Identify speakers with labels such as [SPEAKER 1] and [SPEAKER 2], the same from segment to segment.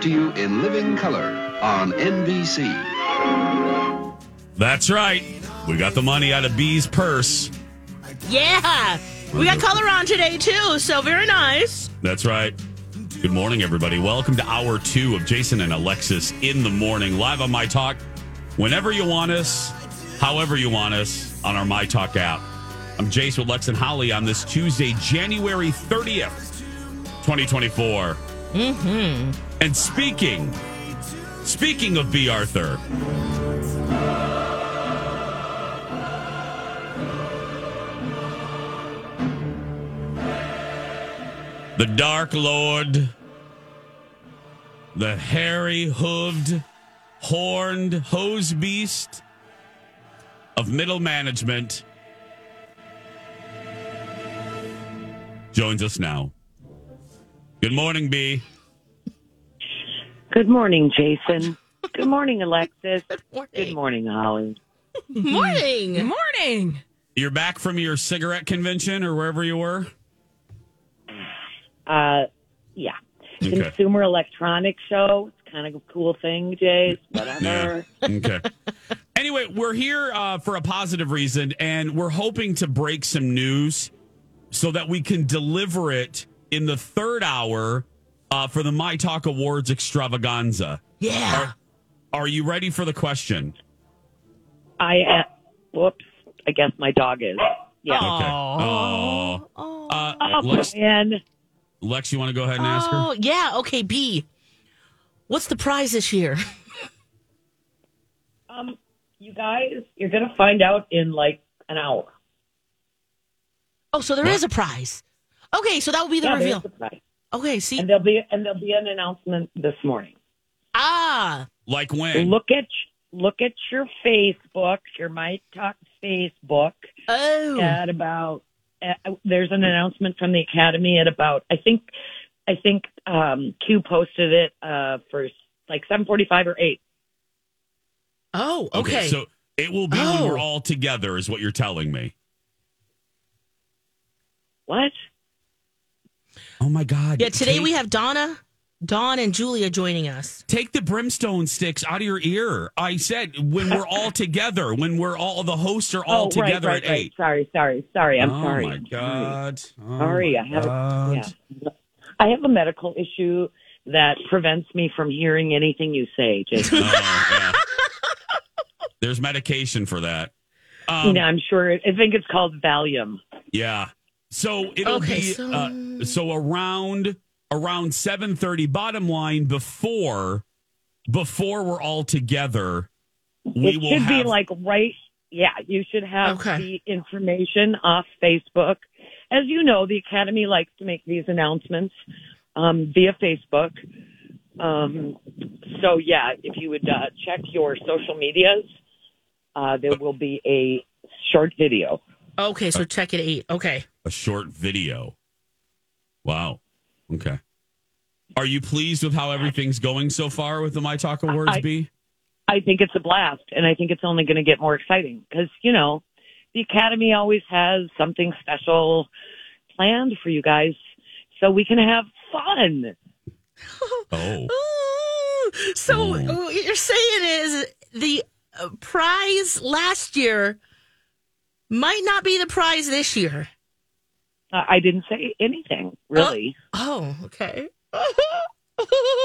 [SPEAKER 1] to you in living color on NBC.
[SPEAKER 2] That's right. We got the money out of Bee's purse.
[SPEAKER 3] Yeah. We got color on today too, so very nice.
[SPEAKER 2] That's right. Good morning, everybody. Welcome to hour two of Jason and Alexis in the morning, live on My Talk. Whenever you want us, however you want us, on our My Talk app. I'm Jason with Lex and Holly on this Tuesday, January 30th, 2024. Mm-hmm. And speaking, speaking of B. Arthur, the Dark Lord, the hairy hooved, horned hose beast of middle management, joins us now. Good morning, B.
[SPEAKER 4] Good morning, Jason. Good morning, Alexis. Good
[SPEAKER 3] morning.
[SPEAKER 4] morning, Holly.
[SPEAKER 3] Morning.
[SPEAKER 5] morning.
[SPEAKER 2] You're back from your cigarette convention or wherever you were?
[SPEAKER 4] Uh, yeah.
[SPEAKER 2] Okay.
[SPEAKER 4] Consumer Electronics Show. It's kind of a cool thing, Jay. Whatever.
[SPEAKER 2] Okay. anyway, we're here uh, for a positive reason, and we're hoping to break some news so that we can deliver it in the third hour uh, for the My Talk Awards extravaganza.
[SPEAKER 3] Yeah.
[SPEAKER 2] Are, are you ready for the question?
[SPEAKER 4] I am. Whoops. I guess my dog is. Yeah.
[SPEAKER 2] Okay. Oh. Uh, Lex,
[SPEAKER 4] man.
[SPEAKER 2] Lex, you want to go ahead and ask her?
[SPEAKER 3] Oh, yeah. Okay, B. What's the prize this year?
[SPEAKER 4] Um, you guys, you're going to find out in like an hour.
[SPEAKER 3] Oh, so there is a prize. Okay, so that will be the
[SPEAKER 4] Yeah, there's
[SPEAKER 3] reveal.
[SPEAKER 4] the prize.
[SPEAKER 3] okay, see.
[SPEAKER 4] And there'll be and there'll be an announcement this morning.
[SPEAKER 3] Ah.
[SPEAKER 2] Like when?
[SPEAKER 4] Look at look at your Facebook, your My Talk Facebook.
[SPEAKER 3] Oh.
[SPEAKER 4] at about uh, there's an announcement from the academy at about I think I think um Q posted it uh for like 7:45 or 8.
[SPEAKER 3] Oh, okay.
[SPEAKER 2] So it will be when
[SPEAKER 3] Oh.
[SPEAKER 2] we're all together, is what you're telling me.
[SPEAKER 4] What?
[SPEAKER 2] Oh my God.
[SPEAKER 3] yeah, today
[SPEAKER 2] Take-
[SPEAKER 3] we have Donna, Dawn, and Julia joining us.
[SPEAKER 2] Take the brimstone sticks out of your ear. I said when we're all together, when we're all the hosts are all
[SPEAKER 4] oh, right,
[SPEAKER 2] together
[SPEAKER 4] right,
[SPEAKER 2] at
[SPEAKER 4] right.
[SPEAKER 2] eight.
[SPEAKER 4] Sorry, sorry, sorry. I'm
[SPEAKER 2] oh
[SPEAKER 4] sorry.
[SPEAKER 2] my
[SPEAKER 4] I'm
[SPEAKER 2] god! Oh
[SPEAKER 4] Sorry,
[SPEAKER 2] my
[SPEAKER 4] I have
[SPEAKER 2] God.
[SPEAKER 4] a, yeah. I have a medical issue that prevents me from hearing anything you say, Jason.
[SPEAKER 2] Oh, yeah. There's medication for that.
[SPEAKER 4] you
[SPEAKER 2] Um,
[SPEAKER 4] know, I'm sure it, I think it's called Valium.
[SPEAKER 2] Yeah. So it'll
[SPEAKER 3] Okay,
[SPEAKER 2] be
[SPEAKER 3] so-
[SPEAKER 2] Uh, so around around seven thirty. Bottom line, before before we're all together, we
[SPEAKER 4] it
[SPEAKER 2] will
[SPEAKER 4] should
[SPEAKER 2] have
[SPEAKER 4] be like right yeah you should have
[SPEAKER 3] Okay.
[SPEAKER 4] the information off facebook as you know the academy likes to make these announcements um, via facebook um, so yeah if you would uh, check your social medias uh, there will be a short video
[SPEAKER 3] Okay, so check it eight. Okay.
[SPEAKER 2] a short video. Wow. Okay. Are you pleased with how everything's going so far with the My Talk Awards,
[SPEAKER 4] I-
[SPEAKER 2] B?
[SPEAKER 4] i think it's a blast and i think it's only going to get more exciting because you know the academy always has something special planned for you guys so we can have fun
[SPEAKER 2] Oh.
[SPEAKER 3] Ooh, so
[SPEAKER 2] Ooh.
[SPEAKER 3] what you're saying is the uh, prize last year might not be the prize this year.
[SPEAKER 4] Uh, I didn't say anything, really.
[SPEAKER 3] Oh, okay.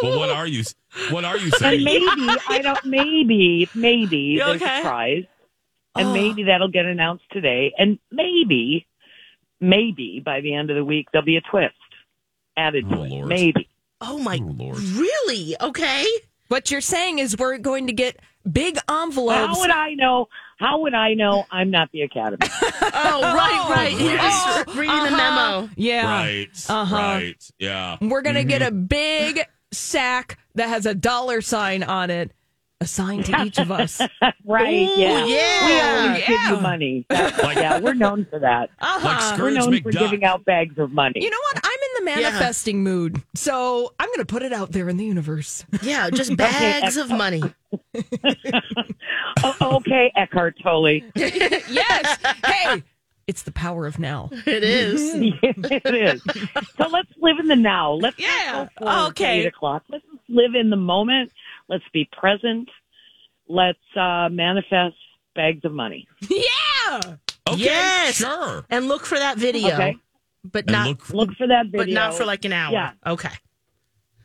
[SPEAKER 2] Well, what are you? What are you
[SPEAKER 4] and
[SPEAKER 2] saying?
[SPEAKER 4] maybe I don't. Maybe, maybe
[SPEAKER 3] You
[SPEAKER 4] there's
[SPEAKER 3] okay?
[SPEAKER 4] a prize, and
[SPEAKER 3] Oh.
[SPEAKER 4] maybe that'll get announced today, and maybe, maybe by the end of the week there'll be a twist added
[SPEAKER 2] Oh,
[SPEAKER 4] to it.
[SPEAKER 2] Lord.
[SPEAKER 4] Maybe.
[SPEAKER 3] Oh my
[SPEAKER 2] Oh, Lord.
[SPEAKER 3] Really? Okay.
[SPEAKER 5] What you're saying is we're going to get big envelopes.
[SPEAKER 4] How would I know? How would I know? I'm not the academy.
[SPEAKER 3] Oh, right, right.
[SPEAKER 2] right.
[SPEAKER 3] You're just reading the
[SPEAKER 5] uh-huh.
[SPEAKER 3] memo.
[SPEAKER 5] Yeah.
[SPEAKER 2] Right.
[SPEAKER 5] Uh-huh.
[SPEAKER 2] Right. Yeah.
[SPEAKER 5] We're going to get a big sack that has a dollar sign on it assigned to each of us.
[SPEAKER 4] right?
[SPEAKER 3] Ooh,
[SPEAKER 4] yeah.
[SPEAKER 3] yeah.
[SPEAKER 4] We always give
[SPEAKER 5] Yeah.
[SPEAKER 4] you money. That's-
[SPEAKER 2] Like-
[SPEAKER 4] yeah, we're known for that.
[SPEAKER 2] Like
[SPEAKER 5] Uh-huh.
[SPEAKER 4] We're
[SPEAKER 2] Scrooge
[SPEAKER 4] known for
[SPEAKER 2] McDuck.
[SPEAKER 4] giving out bags of money.
[SPEAKER 5] You know what? I'm in the
[SPEAKER 3] Yeah.
[SPEAKER 5] manifesting mood. So I'm going to put it out there in the universe.
[SPEAKER 3] Yeah, just bags of money.
[SPEAKER 4] Oh, okay, Eckhart Tolle.
[SPEAKER 5] yes. Hey, it's the power of now.
[SPEAKER 3] It is.
[SPEAKER 4] it is. So let's live in the now. Let's not
[SPEAKER 5] Yeah.
[SPEAKER 4] go forward to
[SPEAKER 5] Okay.
[SPEAKER 4] Eight o'clock. Let's live in the moment. Let's be present. Let's uh, manifest bags of money.
[SPEAKER 5] Yeah.
[SPEAKER 2] Okay,
[SPEAKER 3] Yes.
[SPEAKER 2] sure.
[SPEAKER 3] And look for that video,
[SPEAKER 4] Okay.
[SPEAKER 3] but
[SPEAKER 2] And
[SPEAKER 3] not
[SPEAKER 2] look,
[SPEAKER 4] Look for that video.
[SPEAKER 3] but not for like an hour.
[SPEAKER 4] Yeah.
[SPEAKER 3] Okay.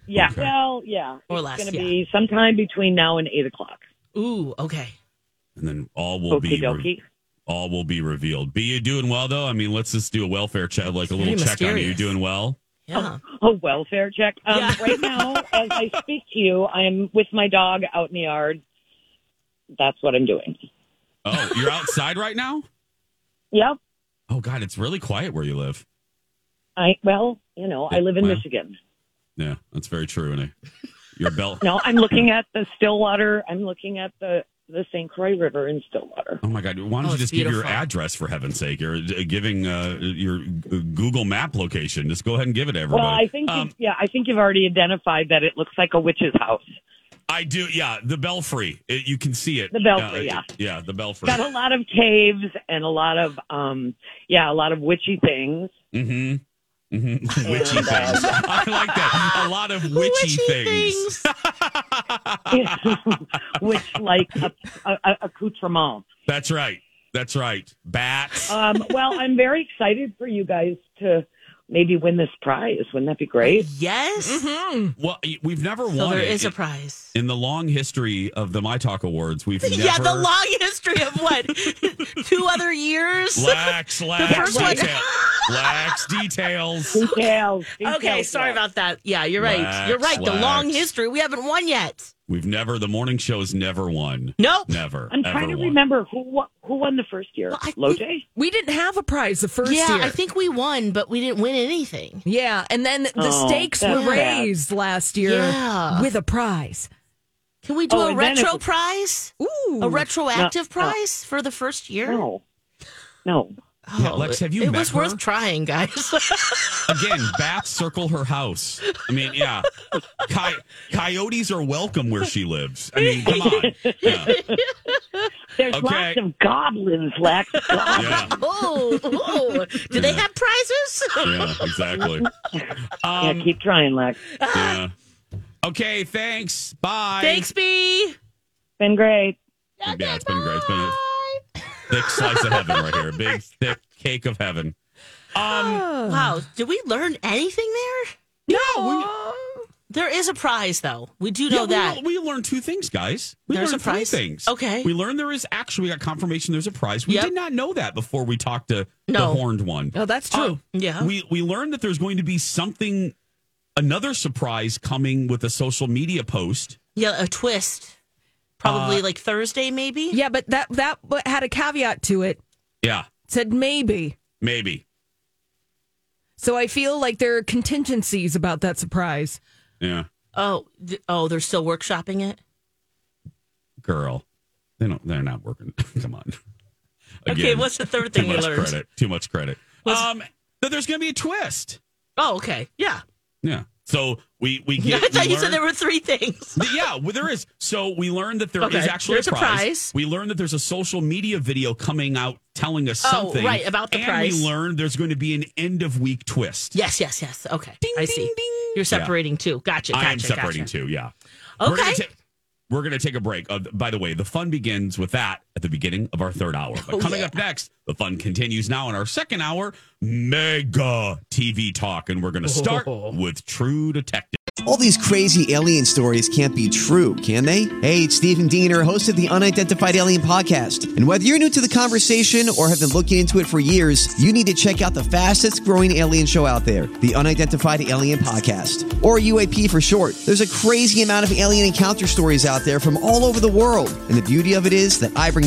[SPEAKER 4] yeah.
[SPEAKER 2] Okay.
[SPEAKER 4] Well, yeah.
[SPEAKER 3] Or
[SPEAKER 4] it's
[SPEAKER 3] less,
[SPEAKER 4] going to
[SPEAKER 3] yeah.
[SPEAKER 4] be sometime between now and eight o'clock.
[SPEAKER 3] Ooh. Okay.
[SPEAKER 2] and then all will
[SPEAKER 4] Okie
[SPEAKER 2] be re-
[SPEAKER 4] dokie.
[SPEAKER 2] all will be revealed. Be you doing well though? I mean, let's just do a welfare check, like a little
[SPEAKER 3] Very
[SPEAKER 2] check on you. You
[SPEAKER 3] mysterious.
[SPEAKER 2] doing well?
[SPEAKER 3] Yeah.
[SPEAKER 4] A Oh, welfare check. Um,
[SPEAKER 3] Yeah.
[SPEAKER 4] Right now, as I speak to you, I'm with my dog out in the yard. That's what I'm doing.
[SPEAKER 2] Oh, you're outside right now?
[SPEAKER 4] Yep.
[SPEAKER 2] Oh God, it's really quiet where you live.
[SPEAKER 4] I well, you know, I
[SPEAKER 2] Yeah,
[SPEAKER 4] live in
[SPEAKER 2] well.
[SPEAKER 4] Michigan.
[SPEAKER 2] Yeah, that's very true. And I- your belt.
[SPEAKER 4] No, I'm looking at the Stillwater. I'm looking at the the St. Croix River in Stillwater.
[SPEAKER 2] Oh my God! Why don't
[SPEAKER 3] Oh,
[SPEAKER 2] you
[SPEAKER 3] it's
[SPEAKER 2] just give your
[SPEAKER 3] beautiful.
[SPEAKER 2] address for heaven's sake? You're uh, giving uh, your uh, Google Map location. Just go ahead and give it to everybody.
[SPEAKER 4] Well, I think
[SPEAKER 2] Um,
[SPEAKER 4] you, yeah, I think you've already identified that it looks like a witch's house.
[SPEAKER 2] I do. Yeah, the Belfry. It, you can see it.
[SPEAKER 4] The Belfry,
[SPEAKER 2] Uh,
[SPEAKER 4] yeah.
[SPEAKER 2] yeah, the Belfry.
[SPEAKER 4] Got a lot of caves and a lot of um yeah, a lot of witchy things.
[SPEAKER 2] Mm-hmm. Mm-hmm. Witchy
[SPEAKER 4] And, uh,
[SPEAKER 2] things. I like that. A lot of witchy, things.
[SPEAKER 4] which like a, a, a accoutrement.
[SPEAKER 2] That's right. That's right. Bats.
[SPEAKER 4] Um, well, I'm very excited for you guys to maybe win this prize. Wouldn't that be great?
[SPEAKER 3] Yes.
[SPEAKER 5] Mm-hmm.
[SPEAKER 2] well, we've never
[SPEAKER 3] Mm-hmm. So
[SPEAKER 2] won
[SPEAKER 3] there
[SPEAKER 2] it.
[SPEAKER 3] is a
[SPEAKER 2] in-
[SPEAKER 3] prize.
[SPEAKER 2] in the long history of the My Talk Awards. We've never
[SPEAKER 3] Yeah, the long history of what? Two other years?
[SPEAKER 2] lax, lax
[SPEAKER 3] first one-
[SPEAKER 2] detail, lax details.
[SPEAKER 4] Details. details
[SPEAKER 3] Okay, sorry
[SPEAKER 4] yes.
[SPEAKER 3] about that. Yeah, you're right.
[SPEAKER 2] Wax,
[SPEAKER 3] you're right. The long
[SPEAKER 2] wax.
[SPEAKER 3] history. We haven't won yet.
[SPEAKER 2] We've never. The morning show's never won.
[SPEAKER 3] Nope.
[SPEAKER 2] Never.
[SPEAKER 4] I'm
[SPEAKER 2] ever
[SPEAKER 4] trying to
[SPEAKER 2] won.
[SPEAKER 4] remember who won, who won the first year.
[SPEAKER 3] Well, I think-
[SPEAKER 4] Lotte?
[SPEAKER 5] We didn't have a prize the first
[SPEAKER 3] yeah,
[SPEAKER 5] year.
[SPEAKER 3] I think we won, but we didn't win anything.
[SPEAKER 5] yeah, and then the
[SPEAKER 4] Oh,
[SPEAKER 5] stakes
[SPEAKER 4] that's
[SPEAKER 5] were
[SPEAKER 4] bad.
[SPEAKER 5] raised last year
[SPEAKER 3] Yeah.
[SPEAKER 5] with a prize.
[SPEAKER 3] Can we do
[SPEAKER 4] Oh,
[SPEAKER 3] a
[SPEAKER 4] and then
[SPEAKER 3] retro
[SPEAKER 4] it-
[SPEAKER 3] prize?
[SPEAKER 5] Ooh.
[SPEAKER 3] A retroactive
[SPEAKER 4] No, no.
[SPEAKER 3] prize for the first year?
[SPEAKER 4] No. No.
[SPEAKER 3] Oh,
[SPEAKER 2] Yeah, Lex, have you
[SPEAKER 3] It
[SPEAKER 2] met
[SPEAKER 3] was
[SPEAKER 2] her?
[SPEAKER 3] worth trying, guys.
[SPEAKER 2] Again, bats circle her house. I mean, yeah. Coy- coyotes are welcome where she lives. I mean, come on. Yeah.
[SPEAKER 4] There's
[SPEAKER 2] Okay.
[SPEAKER 4] lots of goblins, Lax. Goblins.
[SPEAKER 2] Yeah,
[SPEAKER 3] oh, oh. do they
[SPEAKER 2] Yeah.
[SPEAKER 3] have prizes?
[SPEAKER 2] yeah exactly. Um,
[SPEAKER 4] yeah, keep trying, Lax.
[SPEAKER 2] yeah. Okay, thanks. Bye.
[SPEAKER 3] Thanks, B.
[SPEAKER 4] Been great.
[SPEAKER 2] Yeah, it's been great. It's been a thick slice of heaven right here. Big, thick cake of heaven. Um,
[SPEAKER 3] Wow, did we learn anything there?
[SPEAKER 2] no,
[SPEAKER 3] There is a prize, though. We do
[SPEAKER 2] we,
[SPEAKER 3] know
[SPEAKER 2] yeah,
[SPEAKER 3] that.
[SPEAKER 2] we, we learned two things, guys. We
[SPEAKER 3] There's
[SPEAKER 2] learned
[SPEAKER 3] a
[SPEAKER 2] three
[SPEAKER 3] prize?
[SPEAKER 2] things.
[SPEAKER 3] Okay.
[SPEAKER 2] We learned there is actually we got confirmation there's a prize. We
[SPEAKER 3] Yep.
[SPEAKER 2] did not know that before we talked to
[SPEAKER 3] No.
[SPEAKER 2] the horned one.
[SPEAKER 5] Oh, that's true.
[SPEAKER 3] yeah.
[SPEAKER 2] We we learned that there's going to be something another surprise coming with a social media post.
[SPEAKER 3] Yeah, a twist.
[SPEAKER 2] Uh,
[SPEAKER 3] Probably like Thursday, maybe.
[SPEAKER 5] yeah, but that that had a caveat to it.
[SPEAKER 2] Yeah,
[SPEAKER 5] Said maybe.
[SPEAKER 2] maybe.
[SPEAKER 5] So I feel like there are contingencies about that surprise.
[SPEAKER 2] Yeah.
[SPEAKER 3] Oh, th- oh, they're still workshopping it.
[SPEAKER 2] Girl. They don't they're not working. Come on.
[SPEAKER 3] Okay,
[SPEAKER 2] Again.
[SPEAKER 3] what's the third
[SPEAKER 2] too
[SPEAKER 3] thing we
[SPEAKER 2] much
[SPEAKER 3] learned?
[SPEAKER 2] credit. Too much credit. Um, that there's going to be a twist.
[SPEAKER 3] Oh, okay, yeah.
[SPEAKER 2] Yeah. So we we get.
[SPEAKER 3] I thought
[SPEAKER 2] we
[SPEAKER 3] you said
[SPEAKER 2] learn-
[SPEAKER 3] there were three things.
[SPEAKER 2] Yeah, well, there is. So we learned that there is
[SPEAKER 3] Okay,
[SPEAKER 2] actually
[SPEAKER 3] there's
[SPEAKER 2] a
[SPEAKER 3] a
[SPEAKER 2] prize.
[SPEAKER 3] prize.
[SPEAKER 2] We learned that there's a social media video coming out telling us
[SPEAKER 3] Oh,
[SPEAKER 2] something.
[SPEAKER 3] right, about the
[SPEAKER 2] and
[SPEAKER 3] prize.
[SPEAKER 2] we learned there's going to be an end of week twist.
[SPEAKER 3] Yes, yes, yes. Okay,
[SPEAKER 2] Ding,
[SPEAKER 3] I
[SPEAKER 2] ding,
[SPEAKER 3] see.
[SPEAKER 2] ding.
[SPEAKER 3] You're separating two. Gotcha. gotcha
[SPEAKER 2] I am separating
[SPEAKER 3] gotcha.
[SPEAKER 2] two. Yeah. We're
[SPEAKER 3] Okay.
[SPEAKER 2] gonna ta- we're going to take a break. Uh, by the way, the fun begins with that at the beginning of our third hour.
[SPEAKER 3] Oh,
[SPEAKER 2] But coming up next, the fun continues now in our second hour, mega TV talk, and we're going to start
[SPEAKER 3] Oh.
[SPEAKER 2] with True Detective.
[SPEAKER 6] All these crazy alien stories can't be true, can they? Hey, it's Stephen Diener, host of the Unidentified Alien Podcast. And whether you're new to the conversation or have been looking into it for years, you need to check out the fastest growing alien show out there, the Unidentified Alien Podcast, or UAP for short. There's a crazy amount of alien encounter stories out there from all over the world. And the beauty of it is that I bring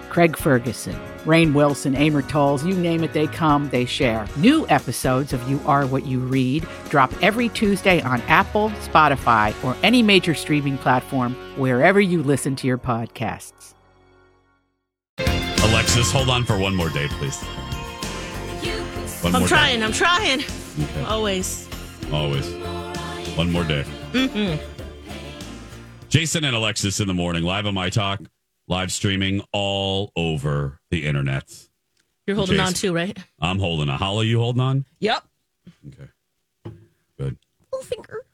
[SPEAKER 7] Craig Ferguson, Rain Wilson, Amor Tolls, you name it, they come, they share. New episodes of You Are What You Read drop every Tuesday on Apple, Spotify, or any major streaming platform wherever you listen to your podcasts.
[SPEAKER 2] Alexis, hold on for one more day, please. One
[SPEAKER 3] I'm
[SPEAKER 2] more
[SPEAKER 3] trying. I'm trying.
[SPEAKER 2] Day. Okay.
[SPEAKER 3] Always.
[SPEAKER 2] Always. One more day. Jason and Alexis in the morning, live on My Talk, live streaming all over the internet.
[SPEAKER 3] You're holding on
[SPEAKER 2] Jason.
[SPEAKER 3] too, right?
[SPEAKER 2] I'm holding a hollow. You holding on?
[SPEAKER 5] Yep.
[SPEAKER 2] Okay. Good.
[SPEAKER 5] Little finger.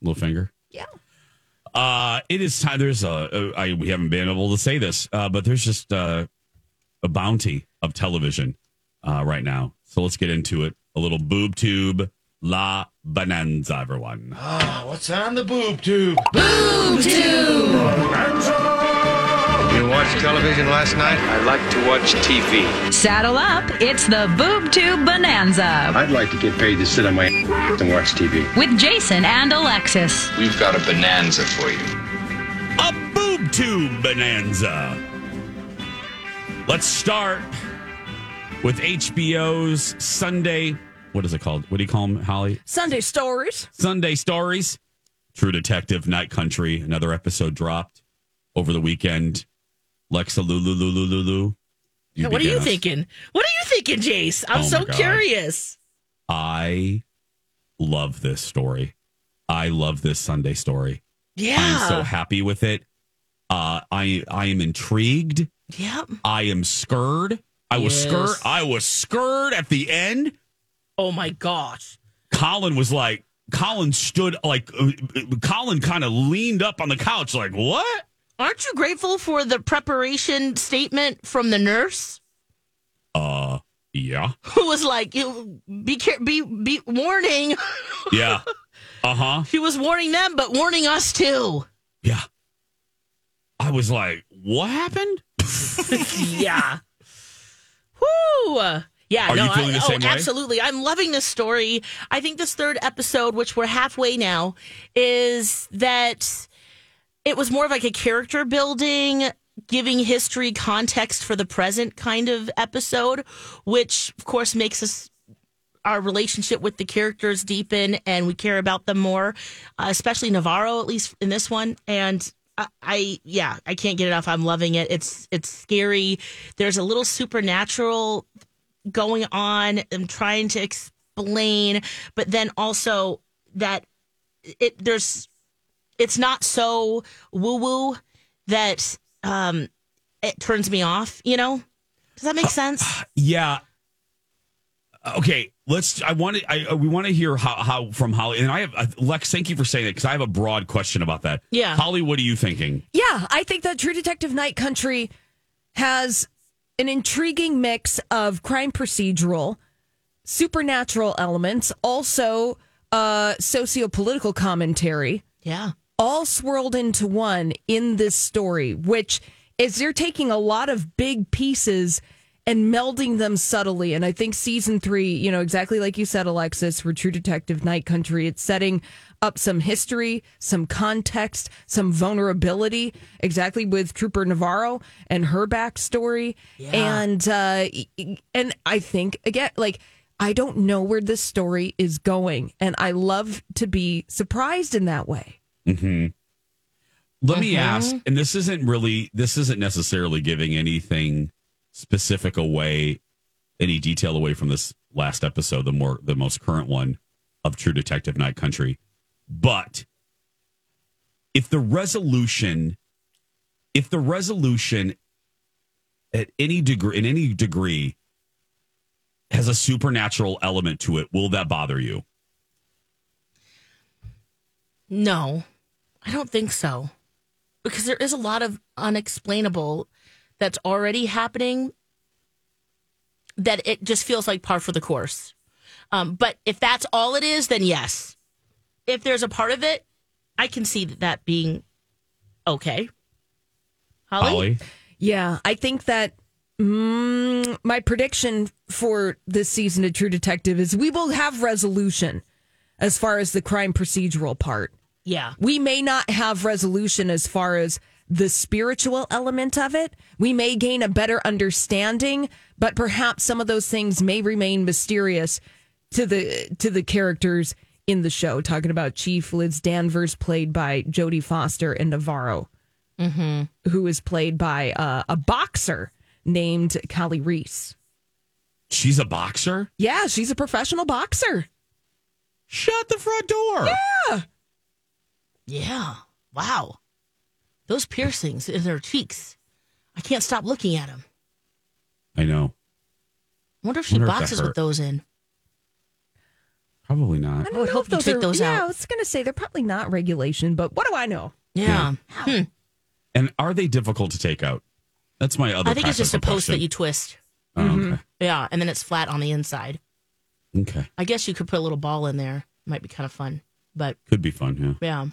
[SPEAKER 2] Little finger.
[SPEAKER 5] Yeah.
[SPEAKER 2] Uh, it is time. There's a, uh, I, we haven't been able to say this, uh, but there's just uh, a bounty of television uh, right now. So let's get into it. A little boob tube, La Bonanza, everyone.
[SPEAKER 8] What's on the boob tube?
[SPEAKER 9] You watched television last night? I like to watch TV.
[SPEAKER 10] Saddle up. It's the Boob Tube Bonanza
[SPEAKER 9] I'd like to get paid to sit on my and watch TV.
[SPEAKER 10] with Jason and Alexis.
[SPEAKER 9] We've got a bonanza for you.
[SPEAKER 2] a boob tube bonanza. Let's start with HBO's Sunday. What is it called? What do you call them, Holly?
[SPEAKER 5] Sunday stories.
[SPEAKER 2] Sunday stories. True Detective, Night Country. Another episode dropped over the weekend. Lexa Lulu Lulu Lulu.
[SPEAKER 3] Yeah, what are
[SPEAKER 2] begin
[SPEAKER 3] you
[SPEAKER 2] us.
[SPEAKER 3] thinking? What are you thinking, Jace? I'm
[SPEAKER 2] Oh, my
[SPEAKER 3] so
[SPEAKER 2] God.
[SPEAKER 3] curious.
[SPEAKER 2] I love this story. I love this Sunday story. I'm so
[SPEAKER 3] Yeah.
[SPEAKER 2] happy with it. Uh, I I am intrigued.
[SPEAKER 3] yep.
[SPEAKER 2] I am scared. I was
[SPEAKER 3] Yes.
[SPEAKER 2] scared. I was scared at the end.
[SPEAKER 3] Oh my gosh.
[SPEAKER 2] Colin was like, Colin stood like, uh, uh, Colin kind of leaned up on the couch, like, what?
[SPEAKER 3] Aren't you grateful for the preparation statement from the nurse
[SPEAKER 2] Uh, yeah,
[SPEAKER 3] who was like, you "Be care, be be warning."
[SPEAKER 2] yeah, uh huh,
[SPEAKER 3] She was warning them, but warning us too.
[SPEAKER 2] yeah. I was like, what happened?
[SPEAKER 3] yeah. Whoo. Yeah,
[SPEAKER 2] Are
[SPEAKER 3] no,
[SPEAKER 2] you feeling
[SPEAKER 3] I,
[SPEAKER 2] the same
[SPEAKER 3] oh,
[SPEAKER 2] way?
[SPEAKER 3] absolutely. I'm loving this story. I think this third episode, which we're halfway now, is that it was more of like a character building, giving history context for the present kind of episode, which of course makes us our relationship with the characters deepen and we care about them more, uh, especially Navarro, at least in this one. And I, I, yeah, I can't get enough. I'm loving it. It's it's scary. There's a little supernatural going on. I'm trying to explain, but then also that it there's it's not so woo woo that um it turns me off. You know, does that make sense?
[SPEAKER 2] Yeah. Uh, Okay, let's. I want to. I uh, we want to hear how how from Holly and I have uh, Lex. Thank you for saying that because I have a broad question about that.
[SPEAKER 3] Yeah.
[SPEAKER 2] Holly, what are you thinking?
[SPEAKER 5] Yeah, I think that True Detective Night Country has an intriguing mix of crime procedural, supernatural elements, also uh, socio-political commentary,
[SPEAKER 3] Yeah.
[SPEAKER 5] all swirled into one in this story, which is they're taking a lot of big pieces and melding them subtly. And I think season three, you know, exactly like you said, Alexis, for True Detective Night Country, it's setting up some history, some context, some vulnerability, exactly with Trooper Navarro and her backstory. And uh and I think again, like I don't know where this story is going. And I love to be surprised in that way.
[SPEAKER 2] Mm-hmm. Let me ask, and this isn't really, this isn't necessarily giving anything specific away, any detail away from this last episode, the more, the most current one of True Detective Night Country. But if the resolution, if the resolution at any degree, in any degree, has a supernatural element to it, will that bother you?
[SPEAKER 3] No, I don't think so. Because there is a lot of unexplainable that's already happening that it just feels like par for the course. Um, but if that's all it is, then yes. If there's a part of it, I can see that, that being okay. Holly?
[SPEAKER 2] Holly?
[SPEAKER 5] Yeah, I think that mm, my prediction for this season of True Detective is we will have resolution as far as the crime procedural part.
[SPEAKER 3] Yeah.
[SPEAKER 5] We may not have resolution as far as the spiritual element of it. We may gain a better understanding, but perhaps some of those things may remain mysterious to the to the characters in the show. Talking about Chief Liz Danvers, played by
[SPEAKER 3] Mm-hmm.
[SPEAKER 5] Jodie Foster, and Navarro, who is played by uh, a boxer named Kali Reese.
[SPEAKER 2] She's a boxer?
[SPEAKER 5] Yeah, she's a professional boxer.
[SPEAKER 2] Shut the front door.
[SPEAKER 3] Yeah. Wow. Those piercings in her cheeks. I can't stop looking at them.
[SPEAKER 2] I know.
[SPEAKER 3] I wonder if she
[SPEAKER 2] Wonder if that
[SPEAKER 3] boxes with
[SPEAKER 2] hurt.
[SPEAKER 3] those in.
[SPEAKER 2] Probably not.
[SPEAKER 3] Oh, I would hope you
[SPEAKER 5] those
[SPEAKER 3] take
[SPEAKER 5] are-
[SPEAKER 3] those
[SPEAKER 5] Yeah, I
[SPEAKER 3] out.
[SPEAKER 5] was going to say they're probably not regulation, but what do I know?
[SPEAKER 3] Yeah. Hmm.
[SPEAKER 2] And are they difficult to take out? That's my other
[SPEAKER 3] I think it's just a
[SPEAKER 2] practical
[SPEAKER 3] post that you Mm-hmm.
[SPEAKER 2] question.
[SPEAKER 3] twist.
[SPEAKER 2] Oh,
[SPEAKER 3] Yeah. And then it's flat on the inside.
[SPEAKER 2] okay. okay.
[SPEAKER 3] I guess you could put a little ball in there. Might be kind of fun. But
[SPEAKER 2] Could be fun, yeah.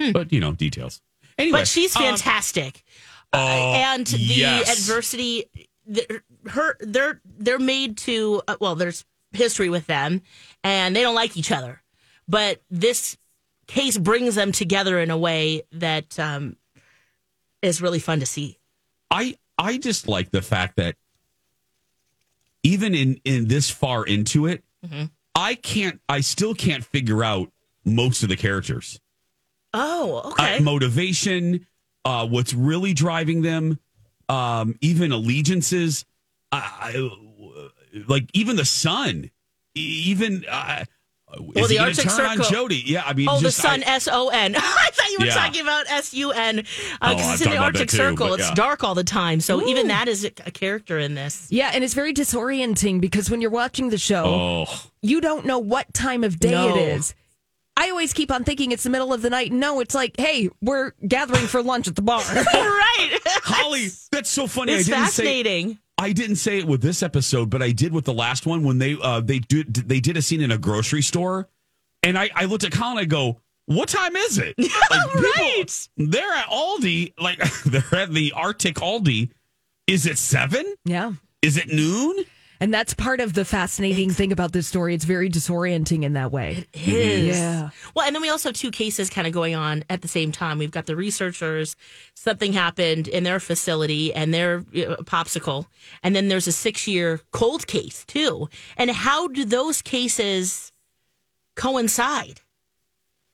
[SPEAKER 3] yeah.
[SPEAKER 2] But, you know, details. Anyway.
[SPEAKER 3] Hmm. But she's
[SPEAKER 2] um,
[SPEAKER 3] fantastic.
[SPEAKER 2] oh,
[SPEAKER 3] and the
[SPEAKER 2] yes.
[SPEAKER 3] adversity th- her they're they're made to uh, well there's history with them and they don't like each other but this case brings them together in a way that um is really fun to see
[SPEAKER 2] I I just like the fact that even in in this far into it,
[SPEAKER 3] Mm-hmm.
[SPEAKER 2] I can't I still can't figure out most of the characters.
[SPEAKER 3] oh
[SPEAKER 2] Uh, motivation, uh what's really driving them, um even allegiances, I, I like even the son, e- even uh,
[SPEAKER 3] Well,
[SPEAKER 2] is
[SPEAKER 3] the
[SPEAKER 2] he gonna
[SPEAKER 3] Arctic
[SPEAKER 2] turn on
[SPEAKER 3] Circle-
[SPEAKER 2] Jody? Yeah, I mean
[SPEAKER 3] Oh,
[SPEAKER 2] just,
[SPEAKER 3] the
[SPEAKER 2] I-
[SPEAKER 3] sun, S O N. I thought you were
[SPEAKER 2] Yeah.
[SPEAKER 3] talking about S U N because
[SPEAKER 2] Oh, I'm
[SPEAKER 3] it's in
[SPEAKER 2] talking
[SPEAKER 3] the
[SPEAKER 2] about that
[SPEAKER 3] Arctic
[SPEAKER 2] too,
[SPEAKER 3] Circle.
[SPEAKER 2] but
[SPEAKER 3] It's
[SPEAKER 2] yeah.
[SPEAKER 3] dark all the time, so even that is a a character in this.
[SPEAKER 5] Yeah, and it's very disorienting because when you're watching the show,
[SPEAKER 2] oh.
[SPEAKER 5] you don't know what time of day
[SPEAKER 3] No.
[SPEAKER 5] it is. I always keep on thinking it's the middle of the night. No, it's like, hey, we're gathering for lunch at the bar.
[SPEAKER 3] right,
[SPEAKER 2] Holly, that's so funny.
[SPEAKER 3] it's
[SPEAKER 2] I didn't say
[SPEAKER 3] fascinating.
[SPEAKER 2] I didn't say it with this episode, but I did with the last one when they uh, they do they did a scene in a grocery store, and I, I looked at Colin and I go, "What time is it?" Like, people-
[SPEAKER 3] Right.
[SPEAKER 2] they're at Aldi, like they're at the Arctic Aldi. Is it seven?
[SPEAKER 5] yeah.
[SPEAKER 2] Is it noon?
[SPEAKER 5] And that's part of the fascinating thing about this story. It's very disorienting in that way.
[SPEAKER 2] Mm-hmm.
[SPEAKER 3] is.
[SPEAKER 5] Yeah.
[SPEAKER 3] Well, and then we also have two cases kind of going on at the same time. We've got the researchers, something happened in their facility and their uh, popsicle. And then there's a six year cold case, too. And how do those cases coincide?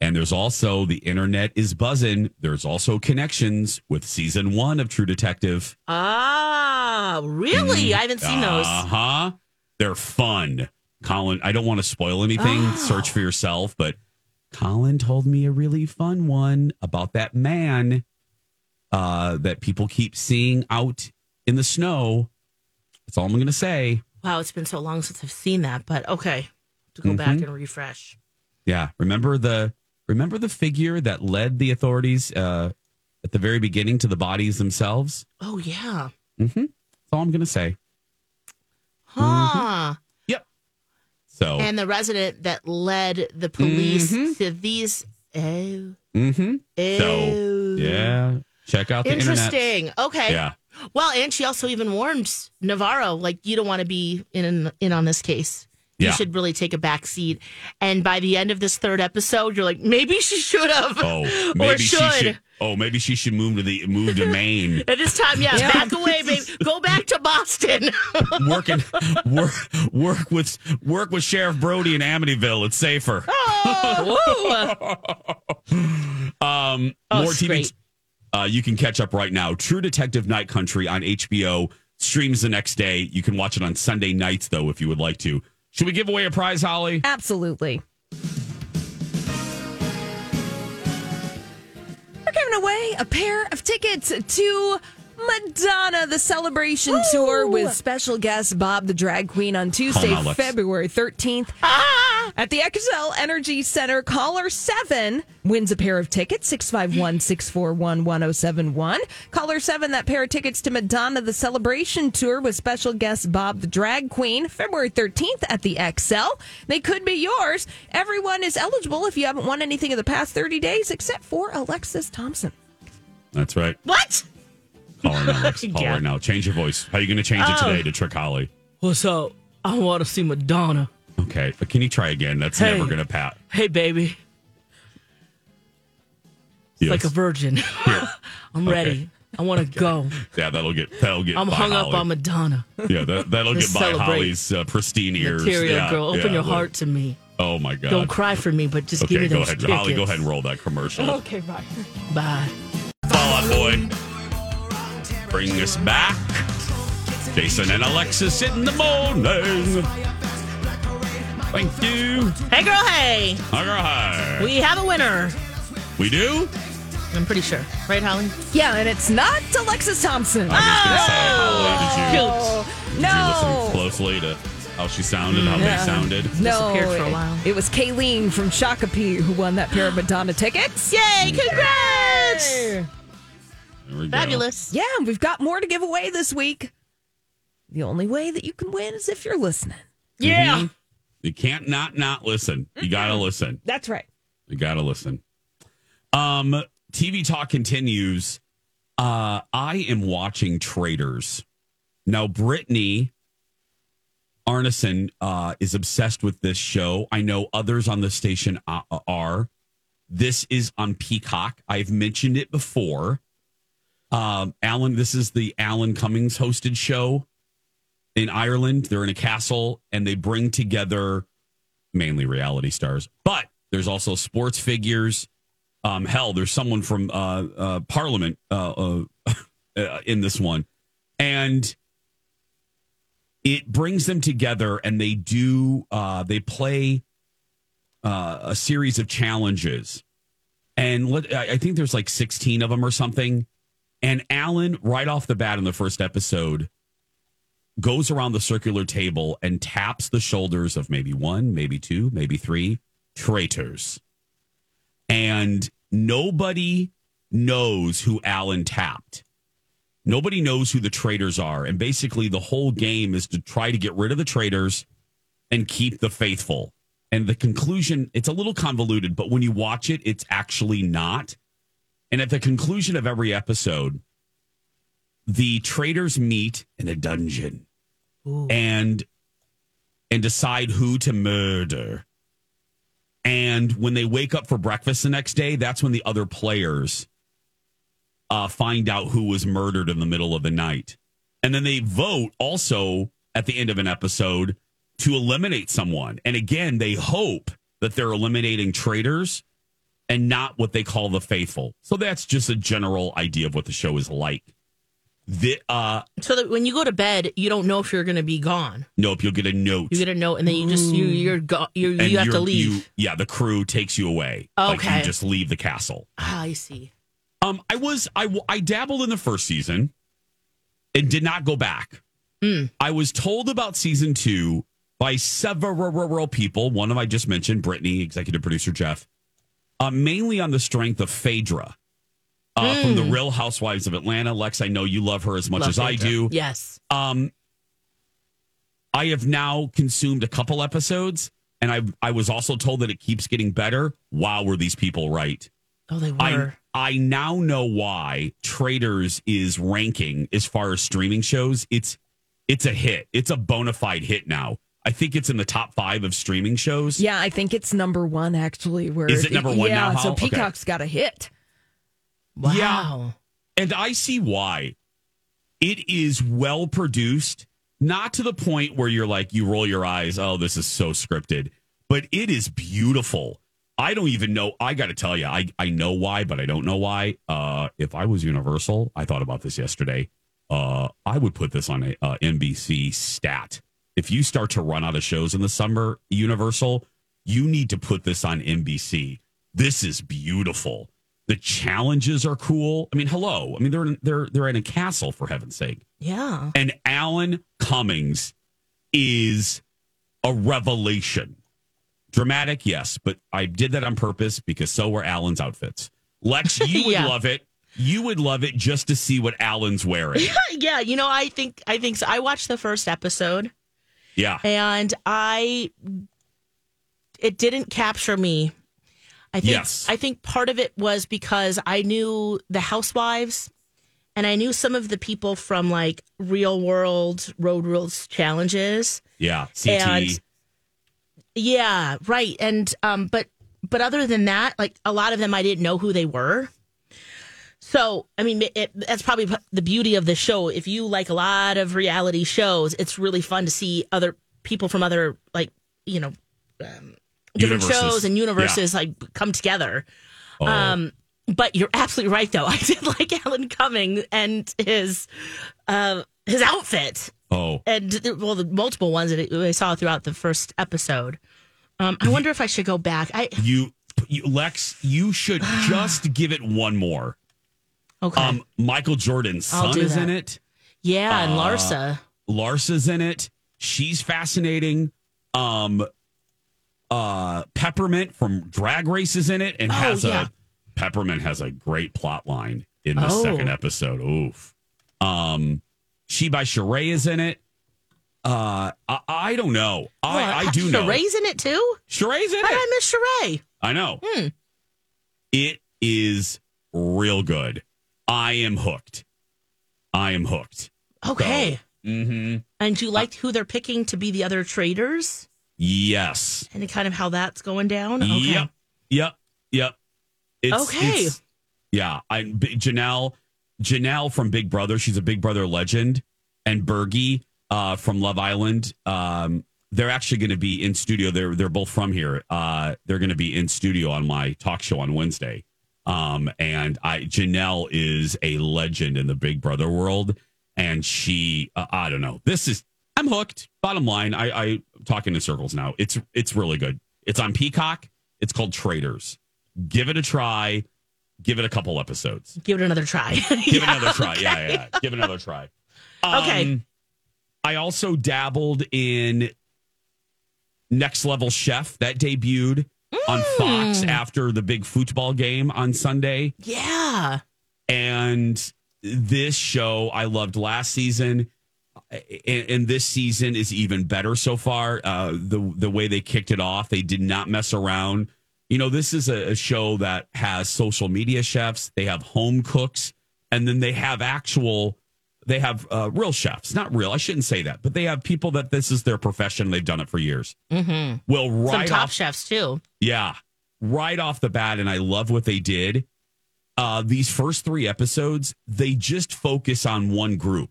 [SPEAKER 2] And there's also the internet is buzzing. There's also connections with season one of True Detective.
[SPEAKER 3] Ah,
[SPEAKER 2] Mm-hmm.
[SPEAKER 3] really? I haven't seen those.
[SPEAKER 2] Uh huh. They're fun. Colin, I don't want to spoil anything.
[SPEAKER 3] Ah.
[SPEAKER 2] Search for yourself. But Colin told me a really fun one about that man uh, that people keep seeing out in the snow. That's all I'm going to say.
[SPEAKER 3] Wow, it's been so long since I've seen that, but okay. To go
[SPEAKER 2] Mm-hmm.
[SPEAKER 3] back and refresh.
[SPEAKER 2] Yeah. Remember the remember the figure that led the authorities uh, at the very beginning to the bodies themselves.
[SPEAKER 3] Oh, yeah.
[SPEAKER 2] That's all I'm going to say. Mm-hmm.
[SPEAKER 3] Huh.
[SPEAKER 2] Yep. So.
[SPEAKER 3] And the resident that led the police to these. Oh.
[SPEAKER 2] mm-hmm.
[SPEAKER 3] Oh.
[SPEAKER 2] So yeah, check out the internet.
[SPEAKER 3] Interesting. Okay.
[SPEAKER 2] Yeah.
[SPEAKER 3] Well, and she also even warned Navarro, like, you don't want to be in in on this case. You
[SPEAKER 2] Yeah.
[SPEAKER 3] should really take a back seat. And by the end of this third episode, you're like, maybe she should have.
[SPEAKER 2] Oh,
[SPEAKER 3] or
[SPEAKER 2] maybe
[SPEAKER 3] should.
[SPEAKER 2] she should. Oh, maybe she should move to the move to Maine.
[SPEAKER 3] At this time, yeah, back away, babe. Go back to Boston.
[SPEAKER 2] work and work work with work with Sheriff Brody in Amityville. It's safer.
[SPEAKER 3] oh, woo.
[SPEAKER 2] Um,
[SPEAKER 3] Oh,
[SPEAKER 2] more
[SPEAKER 3] it's
[SPEAKER 2] TV.
[SPEAKER 3] great.
[SPEAKER 2] Uh, you can catch up right now. True Detective Night Country on HBO streams the next day. You can watch it on Sunday nights though if you would like to. Should we give away a prize, Holly?
[SPEAKER 5] Absolutely. We're giving away a pair of tickets to Madonna, the celebration tour with special guest Bob the Drag Queen on Tuesday,
[SPEAKER 2] Alex.
[SPEAKER 5] February 13th. At the Excel Energy Center, caller 7 wins a pair of tickets, 651 641 1071. Caller 7, that pair of tickets to Madonna, the celebration tour with special guest Bob the Drag Queen, February 13th at the XL. They could be yours. Everyone is eligible if you haven't won anything in the past 30 days, except for Alexis Thompson.
[SPEAKER 2] That's right.
[SPEAKER 3] What?
[SPEAKER 2] Call her now. Lex. Call
[SPEAKER 3] Yeah.
[SPEAKER 2] her now. Change your voice. How are you going to change it
[SPEAKER 3] Oh.
[SPEAKER 2] today to trick Holly?
[SPEAKER 3] What's up? I want to see Madonna.
[SPEAKER 2] Okay, but can you try again? That's
[SPEAKER 3] Hey.
[SPEAKER 2] never going to pat.
[SPEAKER 3] Hey, baby.
[SPEAKER 2] Yes.
[SPEAKER 3] Like a virgin.
[SPEAKER 2] Here.
[SPEAKER 3] I'm
[SPEAKER 2] Okay.
[SPEAKER 3] ready. I want to go.
[SPEAKER 2] Yeah, that'll get that'll get.
[SPEAKER 3] I'm
[SPEAKER 2] by
[SPEAKER 3] hung up
[SPEAKER 2] Holly.
[SPEAKER 3] on Madonna.
[SPEAKER 2] Yeah, that, that'll
[SPEAKER 3] Just
[SPEAKER 2] get by
[SPEAKER 3] celebrate.
[SPEAKER 2] Holly's uh, pristine ears.
[SPEAKER 3] Material
[SPEAKER 2] yeah,
[SPEAKER 3] girl, open
[SPEAKER 2] yeah,
[SPEAKER 3] your
[SPEAKER 2] look.
[SPEAKER 3] heart to me.
[SPEAKER 2] Oh my god.
[SPEAKER 3] Don't cry for me, but just give
[SPEAKER 2] Okay,
[SPEAKER 3] me
[SPEAKER 2] go
[SPEAKER 3] those
[SPEAKER 2] ahead,
[SPEAKER 3] tickets.
[SPEAKER 2] Holly. Go ahead and roll that commercial.
[SPEAKER 5] Okay, right.
[SPEAKER 3] Bye.
[SPEAKER 2] Fall Out Boy, bring us back. Jason and Alexis in the morning. Thank you.
[SPEAKER 3] Hey, girl, hey.
[SPEAKER 2] All right.
[SPEAKER 3] We have a winner.
[SPEAKER 2] We do?
[SPEAKER 3] I'm pretty sure. Right, Holly?
[SPEAKER 5] Yeah, and it's not Alexis Thompson. Oh,
[SPEAKER 2] I was gonna say,
[SPEAKER 3] Oh!
[SPEAKER 2] Holly, did you- did you,
[SPEAKER 5] no.
[SPEAKER 2] listen closely to how she sounded, how they sounded?
[SPEAKER 5] No,
[SPEAKER 3] Disappeared for a
[SPEAKER 5] it-
[SPEAKER 3] while.
[SPEAKER 5] It, was Kayleen from Shakopee who won that pair of Madonna tickets.
[SPEAKER 3] Yay, congrats!
[SPEAKER 2] There we go.
[SPEAKER 3] Fabulous.
[SPEAKER 5] Yeah, and we've got more to give away this week. The only way that you can win is if you're listening.
[SPEAKER 3] Yeah.
[SPEAKER 2] Mm-hmm. You can't not not listen. You gotta listen.
[SPEAKER 5] That's right.
[SPEAKER 2] You gotta listen. Um, TV talk continues. Uh, I am watching Traders now. Brittany Arneson uh, is obsessed with this show. I know others on the station a- a- are. This is on Peacock. I've mentioned it before. Um, Alan, this is the Alan Cummings hosted show in Ireland. They're in a castle and they bring together mainly reality stars, but there's also sports figures. Um, hell, there's someone from uh, uh, Parliament uh, uh, uh, in this one, and it brings them together, and they do uh, they play uh, a series of challenges, and let, I I think there's like 16 of them or something. And Alan, right off the bat in the first episode, goes around the circular table and taps the shoulders of maybe one, maybe two, maybe three traitors. And nobody knows who Alan tapped. Nobody knows who the traitors are. And basically, the whole game is to try to get rid of the traitors and keep the faithful. And the conclusion, it's a little convoluted, but when you watch it, it's actually not. And at the conclusion of every episode, the traders meet in a dungeon and and decide who to murder and when they wake up for breakfast the next day that's when the other players uh, find out who was murdered in the middle of the night and then they vote also at the end of an episode to eliminate someone and again they hope that they're eliminating traitors and not what they call the faithful so that's just a general idea of what the show is like the uh
[SPEAKER 3] So that when you go to bed, you don't know if you're going to be gone.
[SPEAKER 2] Nope, you'll get a note.
[SPEAKER 3] You get a note, and then you just you you're go- you
[SPEAKER 2] And
[SPEAKER 3] you have to
[SPEAKER 2] you're-
[SPEAKER 3] leave.
[SPEAKER 2] you- yeah, the crew takes you away. Like
[SPEAKER 3] Okay.
[SPEAKER 2] you just leave the castle.
[SPEAKER 3] Ah, I see.
[SPEAKER 2] Um, I was I w- I dabbled in the first season, and did not go back.
[SPEAKER 3] Hmm.
[SPEAKER 2] I was told about season two by several people. One of them I just mentioned, Brittany, executive producer Jeff, uh, mainly on the strength of Phaedra uh, from the Real Housewives of Atlanta. Lex, I know you love her as much
[SPEAKER 3] Hmm. Love
[SPEAKER 2] as I
[SPEAKER 3] Phaedra.
[SPEAKER 2] do.
[SPEAKER 3] Yes.
[SPEAKER 2] Um, I have now consumed a couple episodes, and I I was also told that it keeps getting better. Wow, were these people right?
[SPEAKER 3] Oh, they were.
[SPEAKER 2] I I now know why Traders is ranking as far as streaming shows. It's it's a hit. It's a bona fide hit now. I think it's in the top five of streaming shows.
[SPEAKER 5] Yeah, I think it's number one actually. Where
[SPEAKER 2] Is it number one
[SPEAKER 5] yeah,
[SPEAKER 2] now, Hal?
[SPEAKER 5] so
[SPEAKER 2] Okay.
[SPEAKER 5] Peacock's got a hit.
[SPEAKER 3] wow.
[SPEAKER 2] Yeah. And I see why. It is well produced, not to the point where you're like, you roll your eyes, oh, this is so scripted, but it is beautiful. I don't even know. I got to tell you, I, I know why, but I don't know why. Uh, if I was Universal, I thought about this yesterday. Uh, I would put this on a uh, NBC stat. If you start to run out of shows in the summer, Universal, you need to put this on NBC. This is beautiful. The challenges are cool. I mean, hello. I mean, they're they're they're in a castle for heaven's sake.
[SPEAKER 3] Yeah.
[SPEAKER 2] And Alan Cummings is a revelation. Dramatic, yes, but I did that on purpose because so were Alan's outfits. Lex, you would
[SPEAKER 3] Yeah.
[SPEAKER 2] love it. You would love it just to see what Alan's wearing.
[SPEAKER 3] Yeah. You know, I think I think so. I watched the first episode,
[SPEAKER 2] Yeah.
[SPEAKER 3] and I it didn't capture me. I think
[SPEAKER 2] Yes.
[SPEAKER 3] I think part of it was because I knew the housewives and I knew some of the people from like real world road rules challenges.
[SPEAKER 2] Yeah. E. CT.
[SPEAKER 3] And- Yeah, right. And um but but other than that, like a lot of them I didn't know who they were. So, I mean, it, it- that's probably p- the beauty of the show. If you like a lot of reality shows, it's really fun to see other people from other like, you know, um, different
[SPEAKER 2] Universes.
[SPEAKER 3] shows and universes like come together. Um but you're absolutely right though. I did like Alan Cumming and his uh his outfit.
[SPEAKER 2] Oh,
[SPEAKER 3] and th- well, the multiple ones that I saw throughout the first episode. Um, I wonder if I should go back. I
[SPEAKER 2] you, you Lex, you should just give it one more.
[SPEAKER 3] okay,
[SPEAKER 2] Um, uh, Michael Jordan's
[SPEAKER 3] I'll
[SPEAKER 2] son
[SPEAKER 3] do
[SPEAKER 2] is in
[SPEAKER 3] that.
[SPEAKER 2] it.
[SPEAKER 3] yeah, and Larsa.
[SPEAKER 2] Larsa's in it. She's fascinating. Um, uh, Peppermint from Drag Race is in it, and
[SPEAKER 3] Oh,
[SPEAKER 2] has
[SPEAKER 3] yeah.
[SPEAKER 2] a Peppermint has a great plot line in the
[SPEAKER 3] Oh.
[SPEAKER 2] second episode. Oof. Um, she by Sheree is in it. Uh, I, I don't know. I, I do know.
[SPEAKER 3] Sheree's in it too.
[SPEAKER 2] Sheree's in
[SPEAKER 3] How
[SPEAKER 2] it.
[SPEAKER 3] did I Hmm. miss Sheree?
[SPEAKER 2] I know. It is real good. I am hooked. I am hooked.
[SPEAKER 3] Okay.
[SPEAKER 2] Mm-hmm.
[SPEAKER 3] And you liked who they're picking to be the other traders
[SPEAKER 2] Yes.
[SPEAKER 3] and kind of how that's going down? Okay.
[SPEAKER 2] Yep. Yep. Yep. It's,
[SPEAKER 3] Okay.
[SPEAKER 2] it's- yeah. I B- Janelle Janelle from Big Brother. She's a Big Brother legend, and Bergie uh, from Love Island. Um, they're actually going to be in studio. They're they're both from here. Uh, they're going to be in studio on my talk show on Wednesday. Um, and I Janelle is a legend in the Big Brother world, and she uh, I don't know. This is I'm hooked. Bottom line, I I talking in circles now. It's it's really good. It's on Peacock. It's called Traders. Give it a try. Give it a couple episodes.
[SPEAKER 3] Give it another try.
[SPEAKER 2] Give it another try. Yeah, yeah, yeah. Give it another try.
[SPEAKER 3] Okay.
[SPEAKER 2] Um, I also dabbled in Next Level Chef that debuted on Fox after the big football game on Sunday.
[SPEAKER 3] yeah.
[SPEAKER 2] And this show I loved last season. And, and this season is even better so far. Uh, the the way they kicked it off, they did not mess around. You know, this is a, a show that has social media chefs, they have home cooks, and then they have actual, they have uh, real chefs. Not real, I shouldn't say that, but they have people that this is their profession. They've done it for years.
[SPEAKER 3] Mm-hmm.
[SPEAKER 2] Well,
[SPEAKER 3] Some
[SPEAKER 2] right
[SPEAKER 3] top
[SPEAKER 2] off
[SPEAKER 3] chefs too.
[SPEAKER 2] yeah. Right off the bat, and I love what they did. Uh, these first three episodes, they just focus on one group.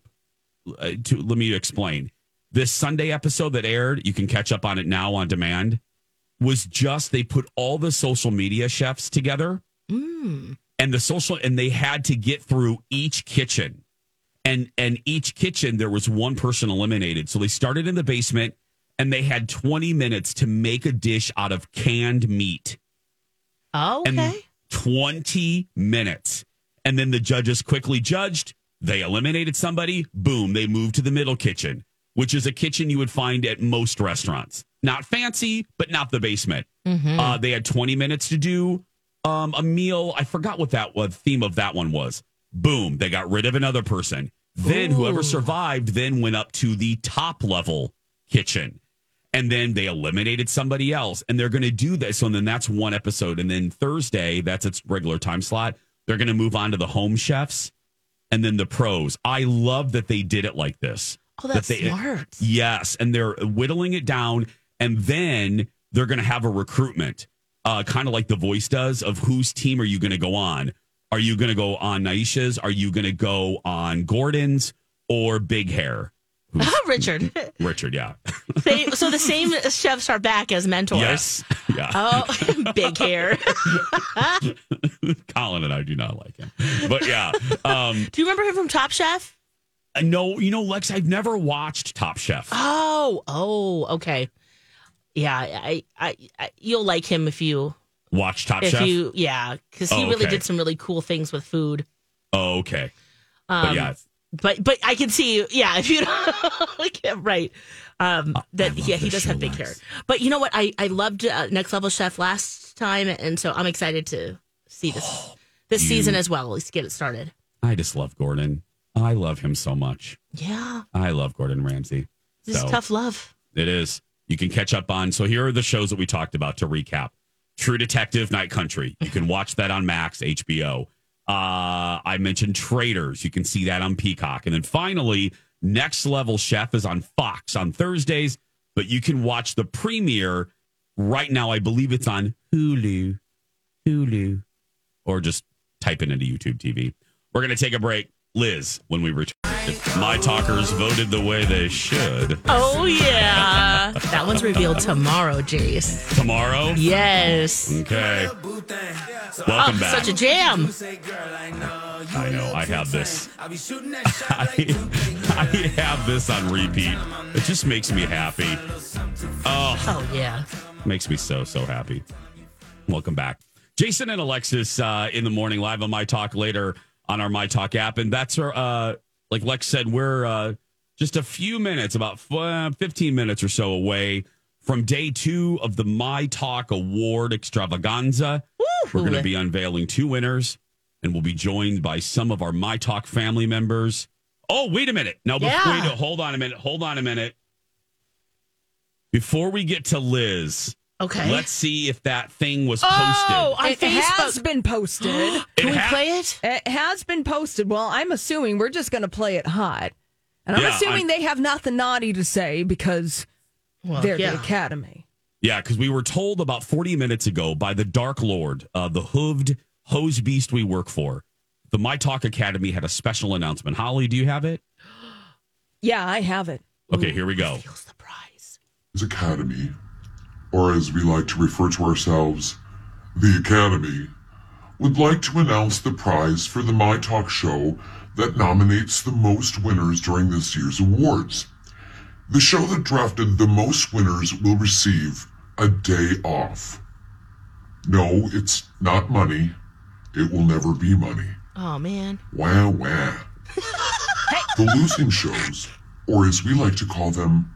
[SPEAKER 2] Uh, to, let me explain. This Sunday episode that aired, you can catch up on it now on demand, was just they put all the social media chefs together
[SPEAKER 3] Mm.
[SPEAKER 2] and the social and they had to get through each kitchen and and each kitchen there was one person eliminated so they started in the basement and they had 20 minutes to make a dish out of canned meat
[SPEAKER 3] Oh, Okay.
[SPEAKER 2] and 20 minutes. And then the judges quickly judged. They eliminated somebody. Boom, they moved to the middle kitchen, which is a kitchen you would find at most restaurants. Not fancy, but not the basement. Uh, they had 20 minutes to do um, a meal. I forgot what that what theme of that one was. Boom, they got rid of another person. Then whoever survived then went up to the top level kitchen and then they eliminated somebody else and they're going to do this so then that's one episode and then thursday that's its regular time slot they're going to move on to the home chefs and then the pros i love that they did it like this
[SPEAKER 3] oh, that's
[SPEAKER 2] that they- uh,
[SPEAKER 3] smart.
[SPEAKER 2] yes and they're whittling it down and then they're going to have a recruitment uh, kind of like the voice does of whose team are you going to go on are you going to go on naisha's are you going to go on gordon's or big hair who's
[SPEAKER 3] Oh, Richard.
[SPEAKER 2] richard yeah
[SPEAKER 3] They, so the same chefs are back as mentors.
[SPEAKER 2] yes yeah
[SPEAKER 3] Oh, big hair.
[SPEAKER 2] Colin and I do not like him. But yeah. Um
[SPEAKER 3] Do you remember him from Top Chef?
[SPEAKER 2] no, you know, Lex, I've never watched Top Chef.
[SPEAKER 3] Oh, oh, okay. Yeah, I, I, I you'll like him if you,
[SPEAKER 2] Watch Top
[SPEAKER 3] if
[SPEAKER 2] Chef.
[SPEAKER 3] you, yeah, because he
[SPEAKER 2] Oh,
[SPEAKER 3] really
[SPEAKER 2] okay.
[SPEAKER 3] did some really cool things with food.
[SPEAKER 2] oh, okay.
[SPEAKER 3] Um,
[SPEAKER 2] But yeah.
[SPEAKER 3] but but I can see, yeah, if you don't, like, yeah, right, um, that
[SPEAKER 2] love
[SPEAKER 3] yeah, he
[SPEAKER 2] this
[SPEAKER 3] does
[SPEAKER 2] show,
[SPEAKER 3] have big hair.
[SPEAKER 2] Lex.
[SPEAKER 3] But you know what? I I loved uh, Next Level Chef last time, and so I'm excited to see this this
[SPEAKER 2] You-
[SPEAKER 3] season as well. At least get it started.
[SPEAKER 2] I just love Gordon. I love him so much.
[SPEAKER 3] Yeah,
[SPEAKER 2] I love Gordon Ramsay.
[SPEAKER 3] this
[SPEAKER 2] So-
[SPEAKER 3] is tough love.
[SPEAKER 2] It is. You can catch up on. So here are the shows that we talked about to recap. True Detective, Night Country. You can watch that on Max, HBO. Uh, I mentioned Traders. You can see that on Peacock. And then finally, Next Level Chef is on Fox on Thursdays, but you can watch the premiere right now. I believe it's on Hulu. Hulu. Or just type it into YouTube TV. We're going to take a break. Liz, when we return. If my talkers voted the way they should
[SPEAKER 3] Oh, yeah. that one's revealed tomorrow, Jace.
[SPEAKER 2] tomorrow.
[SPEAKER 3] Yes.
[SPEAKER 2] Okay.
[SPEAKER 3] Oh,
[SPEAKER 2] Welcome back.
[SPEAKER 3] such a jam.
[SPEAKER 2] I know. I have this. I, I have this on repeat. It just makes me happy.
[SPEAKER 3] Oh, yeah.
[SPEAKER 2] Makes me so, so happy. Welcome back. Jason and Alexis uh, in the morning live on My Talk later on our My Talk app. And that's, our, uh, like Lex said, we're uh, just a few minutes, about f- uh, 15 minutes or so away from day two of the My Talk Award extravaganza. We're going to be unveiling two winners, and we'll be joined by some of our My Talk family members. Oh, wait a minute. Now, before
[SPEAKER 3] Yeah.
[SPEAKER 2] you do, hold on a minute. Hold on a minute. Before we get to Liz,
[SPEAKER 3] Okay.
[SPEAKER 2] let's see if that thing was posted.
[SPEAKER 3] oh, on
[SPEAKER 5] it has
[SPEAKER 3] Facebook.
[SPEAKER 5] been posted.
[SPEAKER 2] It
[SPEAKER 3] Can we
[SPEAKER 2] ha-
[SPEAKER 3] play it?
[SPEAKER 5] it has been posted. Well, I'm assuming we're just going to play it hot. And I'm
[SPEAKER 2] Yeah,
[SPEAKER 5] assuming
[SPEAKER 2] I'm-
[SPEAKER 5] they have nothing naughty to say because
[SPEAKER 3] Well,
[SPEAKER 5] they're
[SPEAKER 3] yeah.
[SPEAKER 5] the academy.
[SPEAKER 2] Yeah, because we were told about 40 minutes ago by the Dark Lord, uh, the hooved hose beast we work for. The My Talk Academy had a special announcement. Holly, do you have it?
[SPEAKER 5] Yeah, I have it.
[SPEAKER 2] Okay, here we go.
[SPEAKER 3] Feels the prize.
[SPEAKER 11] Academy, or as we like to refer to ourselves, the Academy, would like to announce the prize for the My Talk show that nominates the most winners during this year's awards. The show that drafted the most winners will receive a day off. No, it's not money. It will never be money.
[SPEAKER 3] Oh, man.
[SPEAKER 11] Wah wah. the losing shows, or as we like to call them,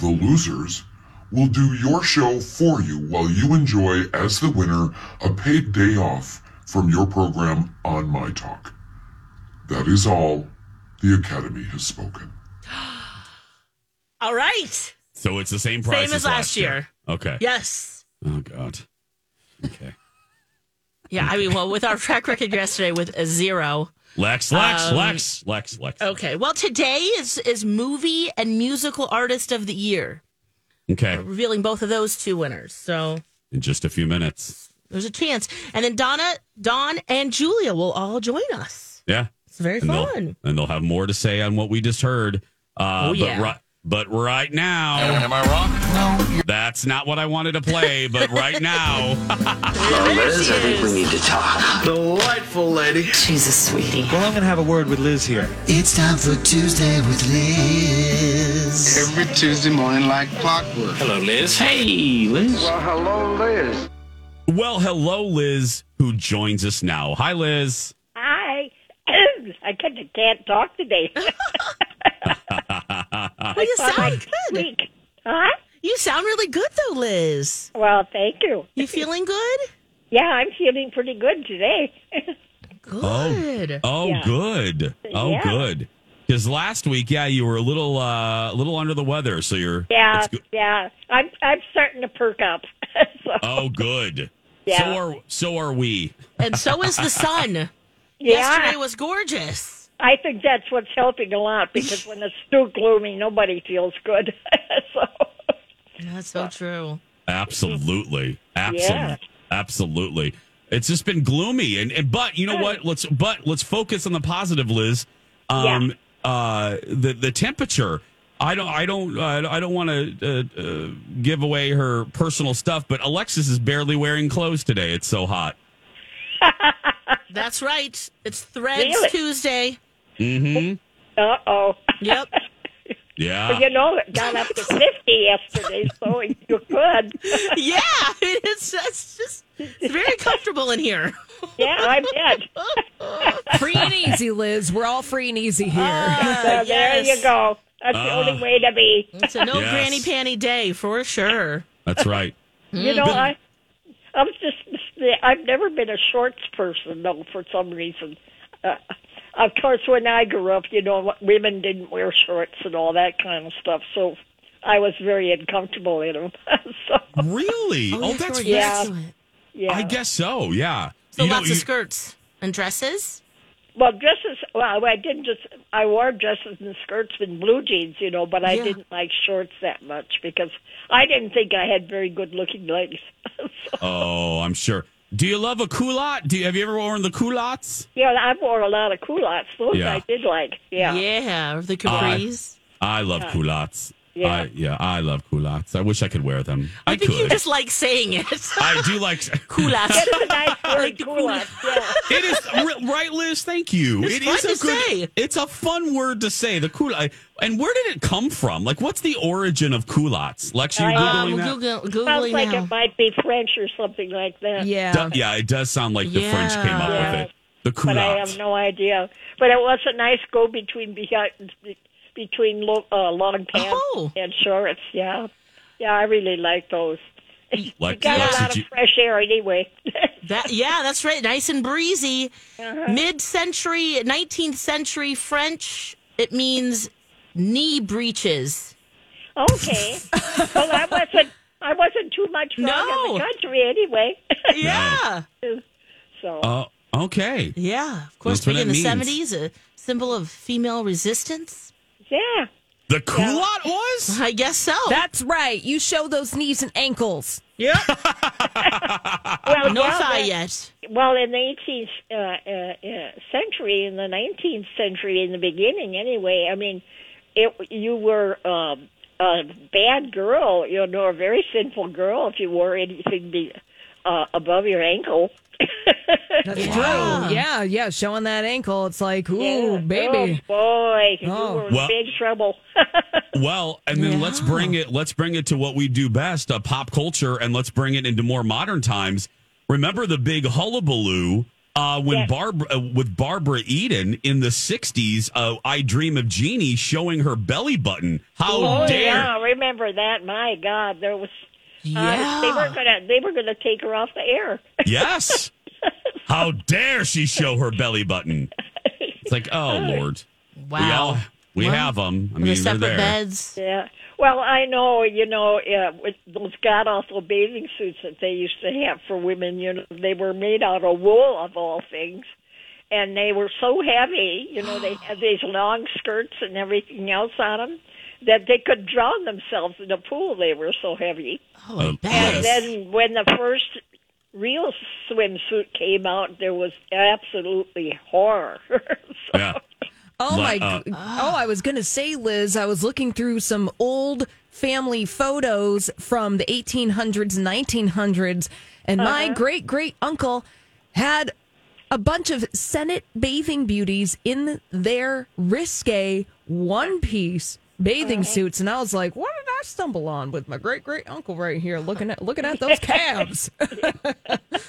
[SPEAKER 11] the losers, will do your show for you while you enjoy, as the winner, a paid day off from your program on My Talk. That is all. The Academy has spoken.
[SPEAKER 3] All right.
[SPEAKER 2] So it's the same prize
[SPEAKER 3] Same as last year.
[SPEAKER 2] Okay.
[SPEAKER 3] Yes.
[SPEAKER 2] Oh, God. Okay.
[SPEAKER 3] Yeah, I mean, well, with our track record yesterday with a zero.
[SPEAKER 2] Lex, Lex,
[SPEAKER 3] Um,
[SPEAKER 2] Lex, Lex, Lex.
[SPEAKER 3] Okay. Well, today is is movie and musical artist of the year,
[SPEAKER 2] Okay.
[SPEAKER 3] revealing both of those two winners. So
[SPEAKER 2] In just a few minutes.
[SPEAKER 3] there's a chance, and then Donna, Don, and Julia will all join us.
[SPEAKER 2] Yeah.
[SPEAKER 3] It's very
[SPEAKER 2] And they'll,
[SPEAKER 3] fun.
[SPEAKER 2] and they'll have more to say on what we just heard. Uh,
[SPEAKER 3] Oh, yeah.
[SPEAKER 2] But, ri- but right now,
[SPEAKER 9] Am I wrong?
[SPEAKER 2] that's not what I wanted to play. But right now.
[SPEAKER 3] Liz, I think we need to.
[SPEAKER 12] Delightful lady.
[SPEAKER 13] She's a sweetie.
[SPEAKER 9] Well, I'm going to have a word with Liz here.
[SPEAKER 6] It's time for Tuesday with Liz.
[SPEAKER 9] Every Tuesday morning, like clockwork. Hello, Liz. Hey, Liz. Well, hello, Liz.
[SPEAKER 2] Well, hello, Liz, who joins us now. Hi, Liz.
[SPEAKER 4] Hi. I kinda can't talk today.
[SPEAKER 3] Well, you sound good.
[SPEAKER 4] Week. Huh?
[SPEAKER 3] You sound really good though, Liz.
[SPEAKER 4] Well, thank you.
[SPEAKER 3] You feeling good?
[SPEAKER 4] Yeah, I'm feeling pretty good today.
[SPEAKER 3] Good.
[SPEAKER 2] Oh,
[SPEAKER 4] Yeah.
[SPEAKER 2] good. Oh,
[SPEAKER 4] Yeah.
[SPEAKER 2] good. Because last week, yeah, you were a little, uh, a little under the weather, so you're.
[SPEAKER 4] yeah,
[SPEAKER 2] it's go-
[SPEAKER 4] yeah. I'm I'm starting to perk up. so,
[SPEAKER 2] Oh, good.
[SPEAKER 4] Yeah.
[SPEAKER 2] So are so are we.
[SPEAKER 3] And so is the sun.
[SPEAKER 4] yeah,
[SPEAKER 3] Yesterday was gorgeous.
[SPEAKER 4] I think that's what's helping a lot because when it's too gloomy, nobody feels good. so,
[SPEAKER 3] That's so true.
[SPEAKER 2] Absolutely. Absolutely.
[SPEAKER 4] Yeah.
[SPEAKER 2] Absolutely. It's just been gloomy and, and but you know what? Let's but let's focus on the positive, Liz. Um uh the the temperature. I don't I don't uh, I don't want to uh, uh, give away her personal stuff, but Alexis is barely wearing clothes today. It's so hot.
[SPEAKER 3] That's right. It's Threads
[SPEAKER 4] Really?
[SPEAKER 3] Tuesday.
[SPEAKER 2] Mhm.
[SPEAKER 4] uh oh.
[SPEAKER 3] Yep.
[SPEAKER 2] Yeah.
[SPEAKER 4] You know, it got up to fifty yesterday, so you could.
[SPEAKER 3] yeah, it's just, just it's very comfortable in here.
[SPEAKER 4] Yeah, I did.
[SPEAKER 5] Free and easy, Liz. We're all free and easy here.
[SPEAKER 4] So there you go. That's the only way to be.
[SPEAKER 3] It's a no
[SPEAKER 2] Yes.
[SPEAKER 3] granny panty day for sure.
[SPEAKER 2] That's right.
[SPEAKER 4] You know, I, I'm just, I've never been a shorts person though, for some reason. Uh, of course, when I grew up, you know, women didn't wear shorts and all that kind of stuff, so I was very uncomfortable in them. so,
[SPEAKER 2] Really? Oh, that's
[SPEAKER 4] Yeah.
[SPEAKER 3] So
[SPEAKER 4] yeah.
[SPEAKER 2] I guess so. Yeah. You know,
[SPEAKER 3] lots
[SPEAKER 2] you-
[SPEAKER 3] of skirts and dresses.
[SPEAKER 4] Well, dresses. Well, I didn't just. I wore dresses and skirts and blue jeans, you know, but I
[SPEAKER 3] Yeah.
[SPEAKER 4] didn't like shorts that much because I didn't think I had very good looking legs. so,
[SPEAKER 2] Oh, I'm sure. Do you love a culotte? Do you, have you ever worn the culottes?
[SPEAKER 4] Yeah, I wore a lot of culottes. Those
[SPEAKER 2] Yeah.
[SPEAKER 4] I did like. Yeah.
[SPEAKER 3] Yeah, the
[SPEAKER 2] I, I love culottes.
[SPEAKER 4] Yeah.
[SPEAKER 2] I, yeah, I love culottes. I wish I could wear them. I,
[SPEAKER 3] I, think
[SPEAKER 2] could.
[SPEAKER 3] you just like saying it.
[SPEAKER 2] I do like
[SPEAKER 3] Culottes.
[SPEAKER 4] That is a nice word, culottes.
[SPEAKER 3] uh,
[SPEAKER 4] Yeah.
[SPEAKER 2] It is ri- right, Liz. Thank you.
[SPEAKER 3] It's
[SPEAKER 2] It
[SPEAKER 3] fun
[SPEAKER 2] is
[SPEAKER 3] to say.
[SPEAKER 2] It's a fun word to say. The culotte. And where did it come from? Like, what's the origin of culottes? Lex, are you
[SPEAKER 4] I,
[SPEAKER 2] googling
[SPEAKER 3] um,
[SPEAKER 2] that?
[SPEAKER 3] Google,
[SPEAKER 4] Sounds
[SPEAKER 3] Googling
[SPEAKER 4] like
[SPEAKER 3] now.
[SPEAKER 4] it might be French or something like that.
[SPEAKER 2] Do- yeah, it does sound like the French came up
[SPEAKER 4] Yeah.
[SPEAKER 2] with it. The
[SPEAKER 4] But I have
[SPEAKER 2] culottes.
[SPEAKER 4] no idea. But it was a nice go between behind, between lo, uh, long pants
[SPEAKER 3] Oh.
[SPEAKER 4] and shorts. Yeah, yeah, I really like those.
[SPEAKER 2] Like,
[SPEAKER 4] Got
[SPEAKER 2] Lex,
[SPEAKER 4] a
[SPEAKER 2] did
[SPEAKER 4] lot of
[SPEAKER 2] you-
[SPEAKER 4] fresh air anyway.
[SPEAKER 3] That, yeah, that's right. Nice and breezy.
[SPEAKER 4] Uh-huh.
[SPEAKER 3] Mid century, 19th century French. It means knee breeches.
[SPEAKER 4] okay. well, I wasn't. I wasn't too much wrong in
[SPEAKER 3] No.
[SPEAKER 4] the country anyway.
[SPEAKER 3] Yeah.
[SPEAKER 4] so
[SPEAKER 2] Oh, okay.
[SPEAKER 3] Yeah. Of course,
[SPEAKER 2] That's what
[SPEAKER 3] being in
[SPEAKER 2] that
[SPEAKER 3] the
[SPEAKER 2] means.
[SPEAKER 3] 70s, a symbol of female resistance.
[SPEAKER 4] yeah,
[SPEAKER 2] The culotte was?
[SPEAKER 3] I guess so.
[SPEAKER 5] That's right. You show those knees and ankles.
[SPEAKER 4] well,
[SPEAKER 3] no
[SPEAKER 4] yeah,
[SPEAKER 3] thigh
[SPEAKER 4] that-
[SPEAKER 3] yet.
[SPEAKER 4] Well, in the 18th uh, uh, uh, century, in the 19th century, in the beginning, anyway, I mean, it you were um, a bad girl, you know, a very sinful girl if you wore anything be, uh, above your ankle.
[SPEAKER 5] That's true. Yeah, yeah. Showing that ankle, it's like, ooh,
[SPEAKER 4] Yeah.
[SPEAKER 5] baby.
[SPEAKER 4] Oh, boy,
[SPEAKER 5] Oh.
[SPEAKER 4] you were in
[SPEAKER 2] Well-
[SPEAKER 4] big trouble.
[SPEAKER 2] Well, and then let's bring it. Let's bring it to what we do best, uh, pop culture, and let's bring it into more modern times. Remember the big hullabaloo uh, when
[SPEAKER 4] Yes.
[SPEAKER 2] Barbara uh, with Barbara Eden in the '60s. Uh, I Dream of Jeannie showing her belly button. How
[SPEAKER 4] oh,
[SPEAKER 2] dare!
[SPEAKER 4] yeah, I remember that. My God, there was. uh,
[SPEAKER 3] Yeah.
[SPEAKER 4] they were gonna they were gonna take her off the air.
[SPEAKER 2] Yes. How dare she show her belly button? It's like, oh Lord,
[SPEAKER 3] Wow.
[SPEAKER 2] we all we
[SPEAKER 3] Well,
[SPEAKER 2] have them. I
[SPEAKER 3] the
[SPEAKER 2] mean, they're
[SPEAKER 3] separate
[SPEAKER 2] there.
[SPEAKER 3] beds.
[SPEAKER 4] Yeah. Well, I know, you know, uh, with those god awful bathing suits that they used to have for women, you know, they were made out of wool of all things. And they were so heavy, you know, they had these long skirts and everything else on them that they could drown themselves in a pool. They were so heavy.
[SPEAKER 3] Oh, I
[SPEAKER 2] Uh,
[SPEAKER 3] bet.
[SPEAKER 2] yes.
[SPEAKER 4] And then when the first real swimsuit came out, there was absolutely horror. so,
[SPEAKER 2] Yeah.
[SPEAKER 5] Oh
[SPEAKER 2] Like,
[SPEAKER 5] my!
[SPEAKER 2] uh,
[SPEAKER 5] g- oh, I was gonna say, Liz. I was looking through some old family photos from the 1800s, 1900s, and my great great uncle had a bunch of Senate bathing beauties in their risque one piece bathing suits, and I was like, "What did I stumble on with my great great uncle right here? Looking at looking at those calves."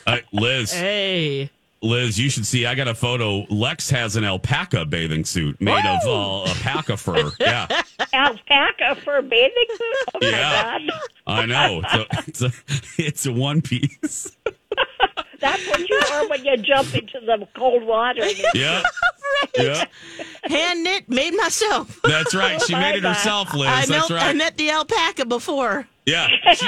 [SPEAKER 2] Uh, Liz.
[SPEAKER 3] Hey.
[SPEAKER 2] Liz, you should see. I got a photo. Lex has an alpaca bathing suit made of uh, alpaca fur. Yeah,
[SPEAKER 4] alpaca for bathing suit? Oh, my
[SPEAKER 2] Yeah.
[SPEAKER 4] God.
[SPEAKER 2] I know. It's a, it's a, it's a one piece.
[SPEAKER 4] That's what you are when you jump into the cold water.
[SPEAKER 2] Yeah, yeah.
[SPEAKER 3] Hand knit, made myself.
[SPEAKER 2] That's right. She made it
[SPEAKER 4] God.
[SPEAKER 2] herself, Liz.
[SPEAKER 3] I,
[SPEAKER 2] That's
[SPEAKER 3] knelt, I
[SPEAKER 2] right.
[SPEAKER 3] met the alpaca before.
[SPEAKER 2] Yeah. She,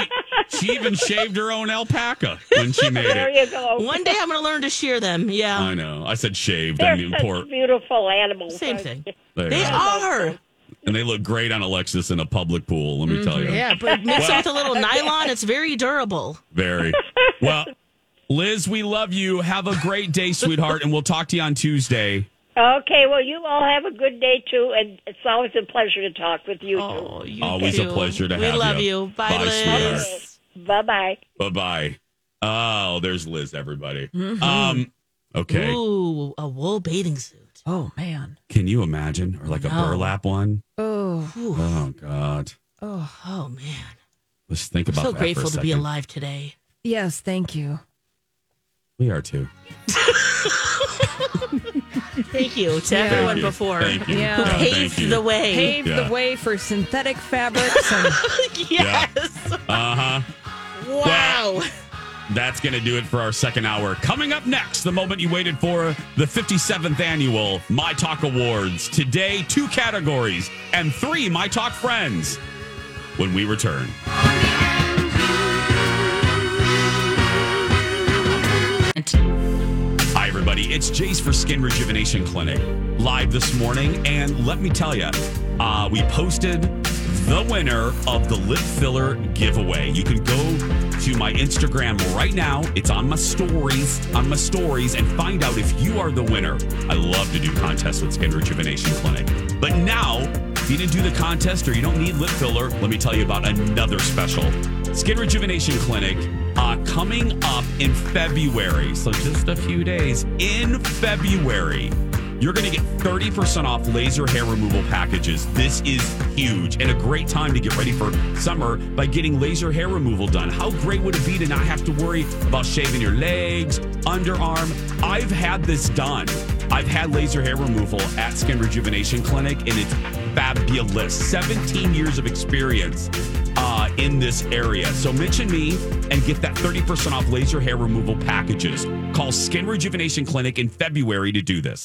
[SPEAKER 2] she even shaved her own alpaca when she made
[SPEAKER 4] There
[SPEAKER 2] it.
[SPEAKER 4] you go.
[SPEAKER 3] One day I'm going to learn to shear them. Yeah.
[SPEAKER 2] I know. I said shaved. I
[SPEAKER 4] They're
[SPEAKER 2] mean,
[SPEAKER 4] such
[SPEAKER 2] poor.
[SPEAKER 4] beautiful animals.
[SPEAKER 3] Same
[SPEAKER 4] aren't
[SPEAKER 3] thing.
[SPEAKER 4] they?
[SPEAKER 2] They
[SPEAKER 3] They
[SPEAKER 2] are.
[SPEAKER 3] are.
[SPEAKER 2] And they look great on Alexis in a public pool. Let me tell
[SPEAKER 4] Mm-hmm.
[SPEAKER 2] you.
[SPEAKER 3] Yeah, but mixed with a little nylon, it's very durable.
[SPEAKER 2] Very. Well, Liz, we love you. Have a great day, sweetheart, and we'll talk to you on Tuesday.
[SPEAKER 4] Okay, well, you all have a good day, too, and it's always a pleasure to talk with you,
[SPEAKER 3] Oh, you
[SPEAKER 2] Always a
[SPEAKER 3] too.
[SPEAKER 2] pleasure to
[SPEAKER 3] we
[SPEAKER 2] have
[SPEAKER 3] We love
[SPEAKER 2] you.
[SPEAKER 3] you. Bye,
[SPEAKER 2] Bye,
[SPEAKER 3] Liz.
[SPEAKER 2] sweetheart.
[SPEAKER 4] too. Bye-bye.
[SPEAKER 2] Bye bye. Oh, there's Liz, everybody. Um, okay.
[SPEAKER 3] Mm-hmm. Ooh, a wool bathing suit.
[SPEAKER 5] oh man!
[SPEAKER 2] Can you imagine? Or like a
[SPEAKER 3] No.
[SPEAKER 2] burlap one?
[SPEAKER 5] Oh,
[SPEAKER 2] Oh, God.
[SPEAKER 3] Oh man,
[SPEAKER 2] Let's think about
[SPEAKER 3] so
[SPEAKER 2] that.
[SPEAKER 3] grateful
[SPEAKER 2] for a
[SPEAKER 3] to be
[SPEAKER 2] second.
[SPEAKER 3] alive today.
[SPEAKER 5] yes, thank you.
[SPEAKER 2] We are too.
[SPEAKER 3] Thank you to
[SPEAKER 5] Thank
[SPEAKER 3] everyone
[SPEAKER 2] you.
[SPEAKER 3] before
[SPEAKER 2] Thank you.
[SPEAKER 5] Yeah.
[SPEAKER 3] who
[SPEAKER 5] Yeah,
[SPEAKER 2] thank you.
[SPEAKER 3] paved the way.
[SPEAKER 5] Paved
[SPEAKER 2] Yeah.
[SPEAKER 5] the way for synthetic fabrics and.
[SPEAKER 3] yes.
[SPEAKER 2] Uh huh.
[SPEAKER 3] Wow.
[SPEAKER 2] That's going to do it for our second hour. Coming up next, the moment you waited for the 57th annual My Talk Awards. Today, two categories and three My Talk friends when we return. Hi, everybody. It's Jace for Skin Rejuvenation Clinic live this morning. And let me tell you, uh, we posted the winner of the lip filler giveaway. You can go to my Instagram right now. It's on my stories, on my stories, and find out if you are the winner. I love to do contests with Skin Rejuvenation Clinic. But now, if you didn't do the contest or you don't need lip filler, let me tell you about another special Skin Rejuvenation Clinic uh, coming up in February. So just a few days in February you're going to get 30% off laser hair removal packages. This is huge and a great time to get ready for summer by getting laser hair removal done. How great would it be to not have to worry about shaving your legs, underarm? I've had this done. I've had laser hair removal at Skin Rejuvenation Clinic and it's fabulous. 17 years of experience uh, in this area. So mention me and get that 30% off laser hair removal packages. Call Skin Rejuvenation Clinic in February to do this.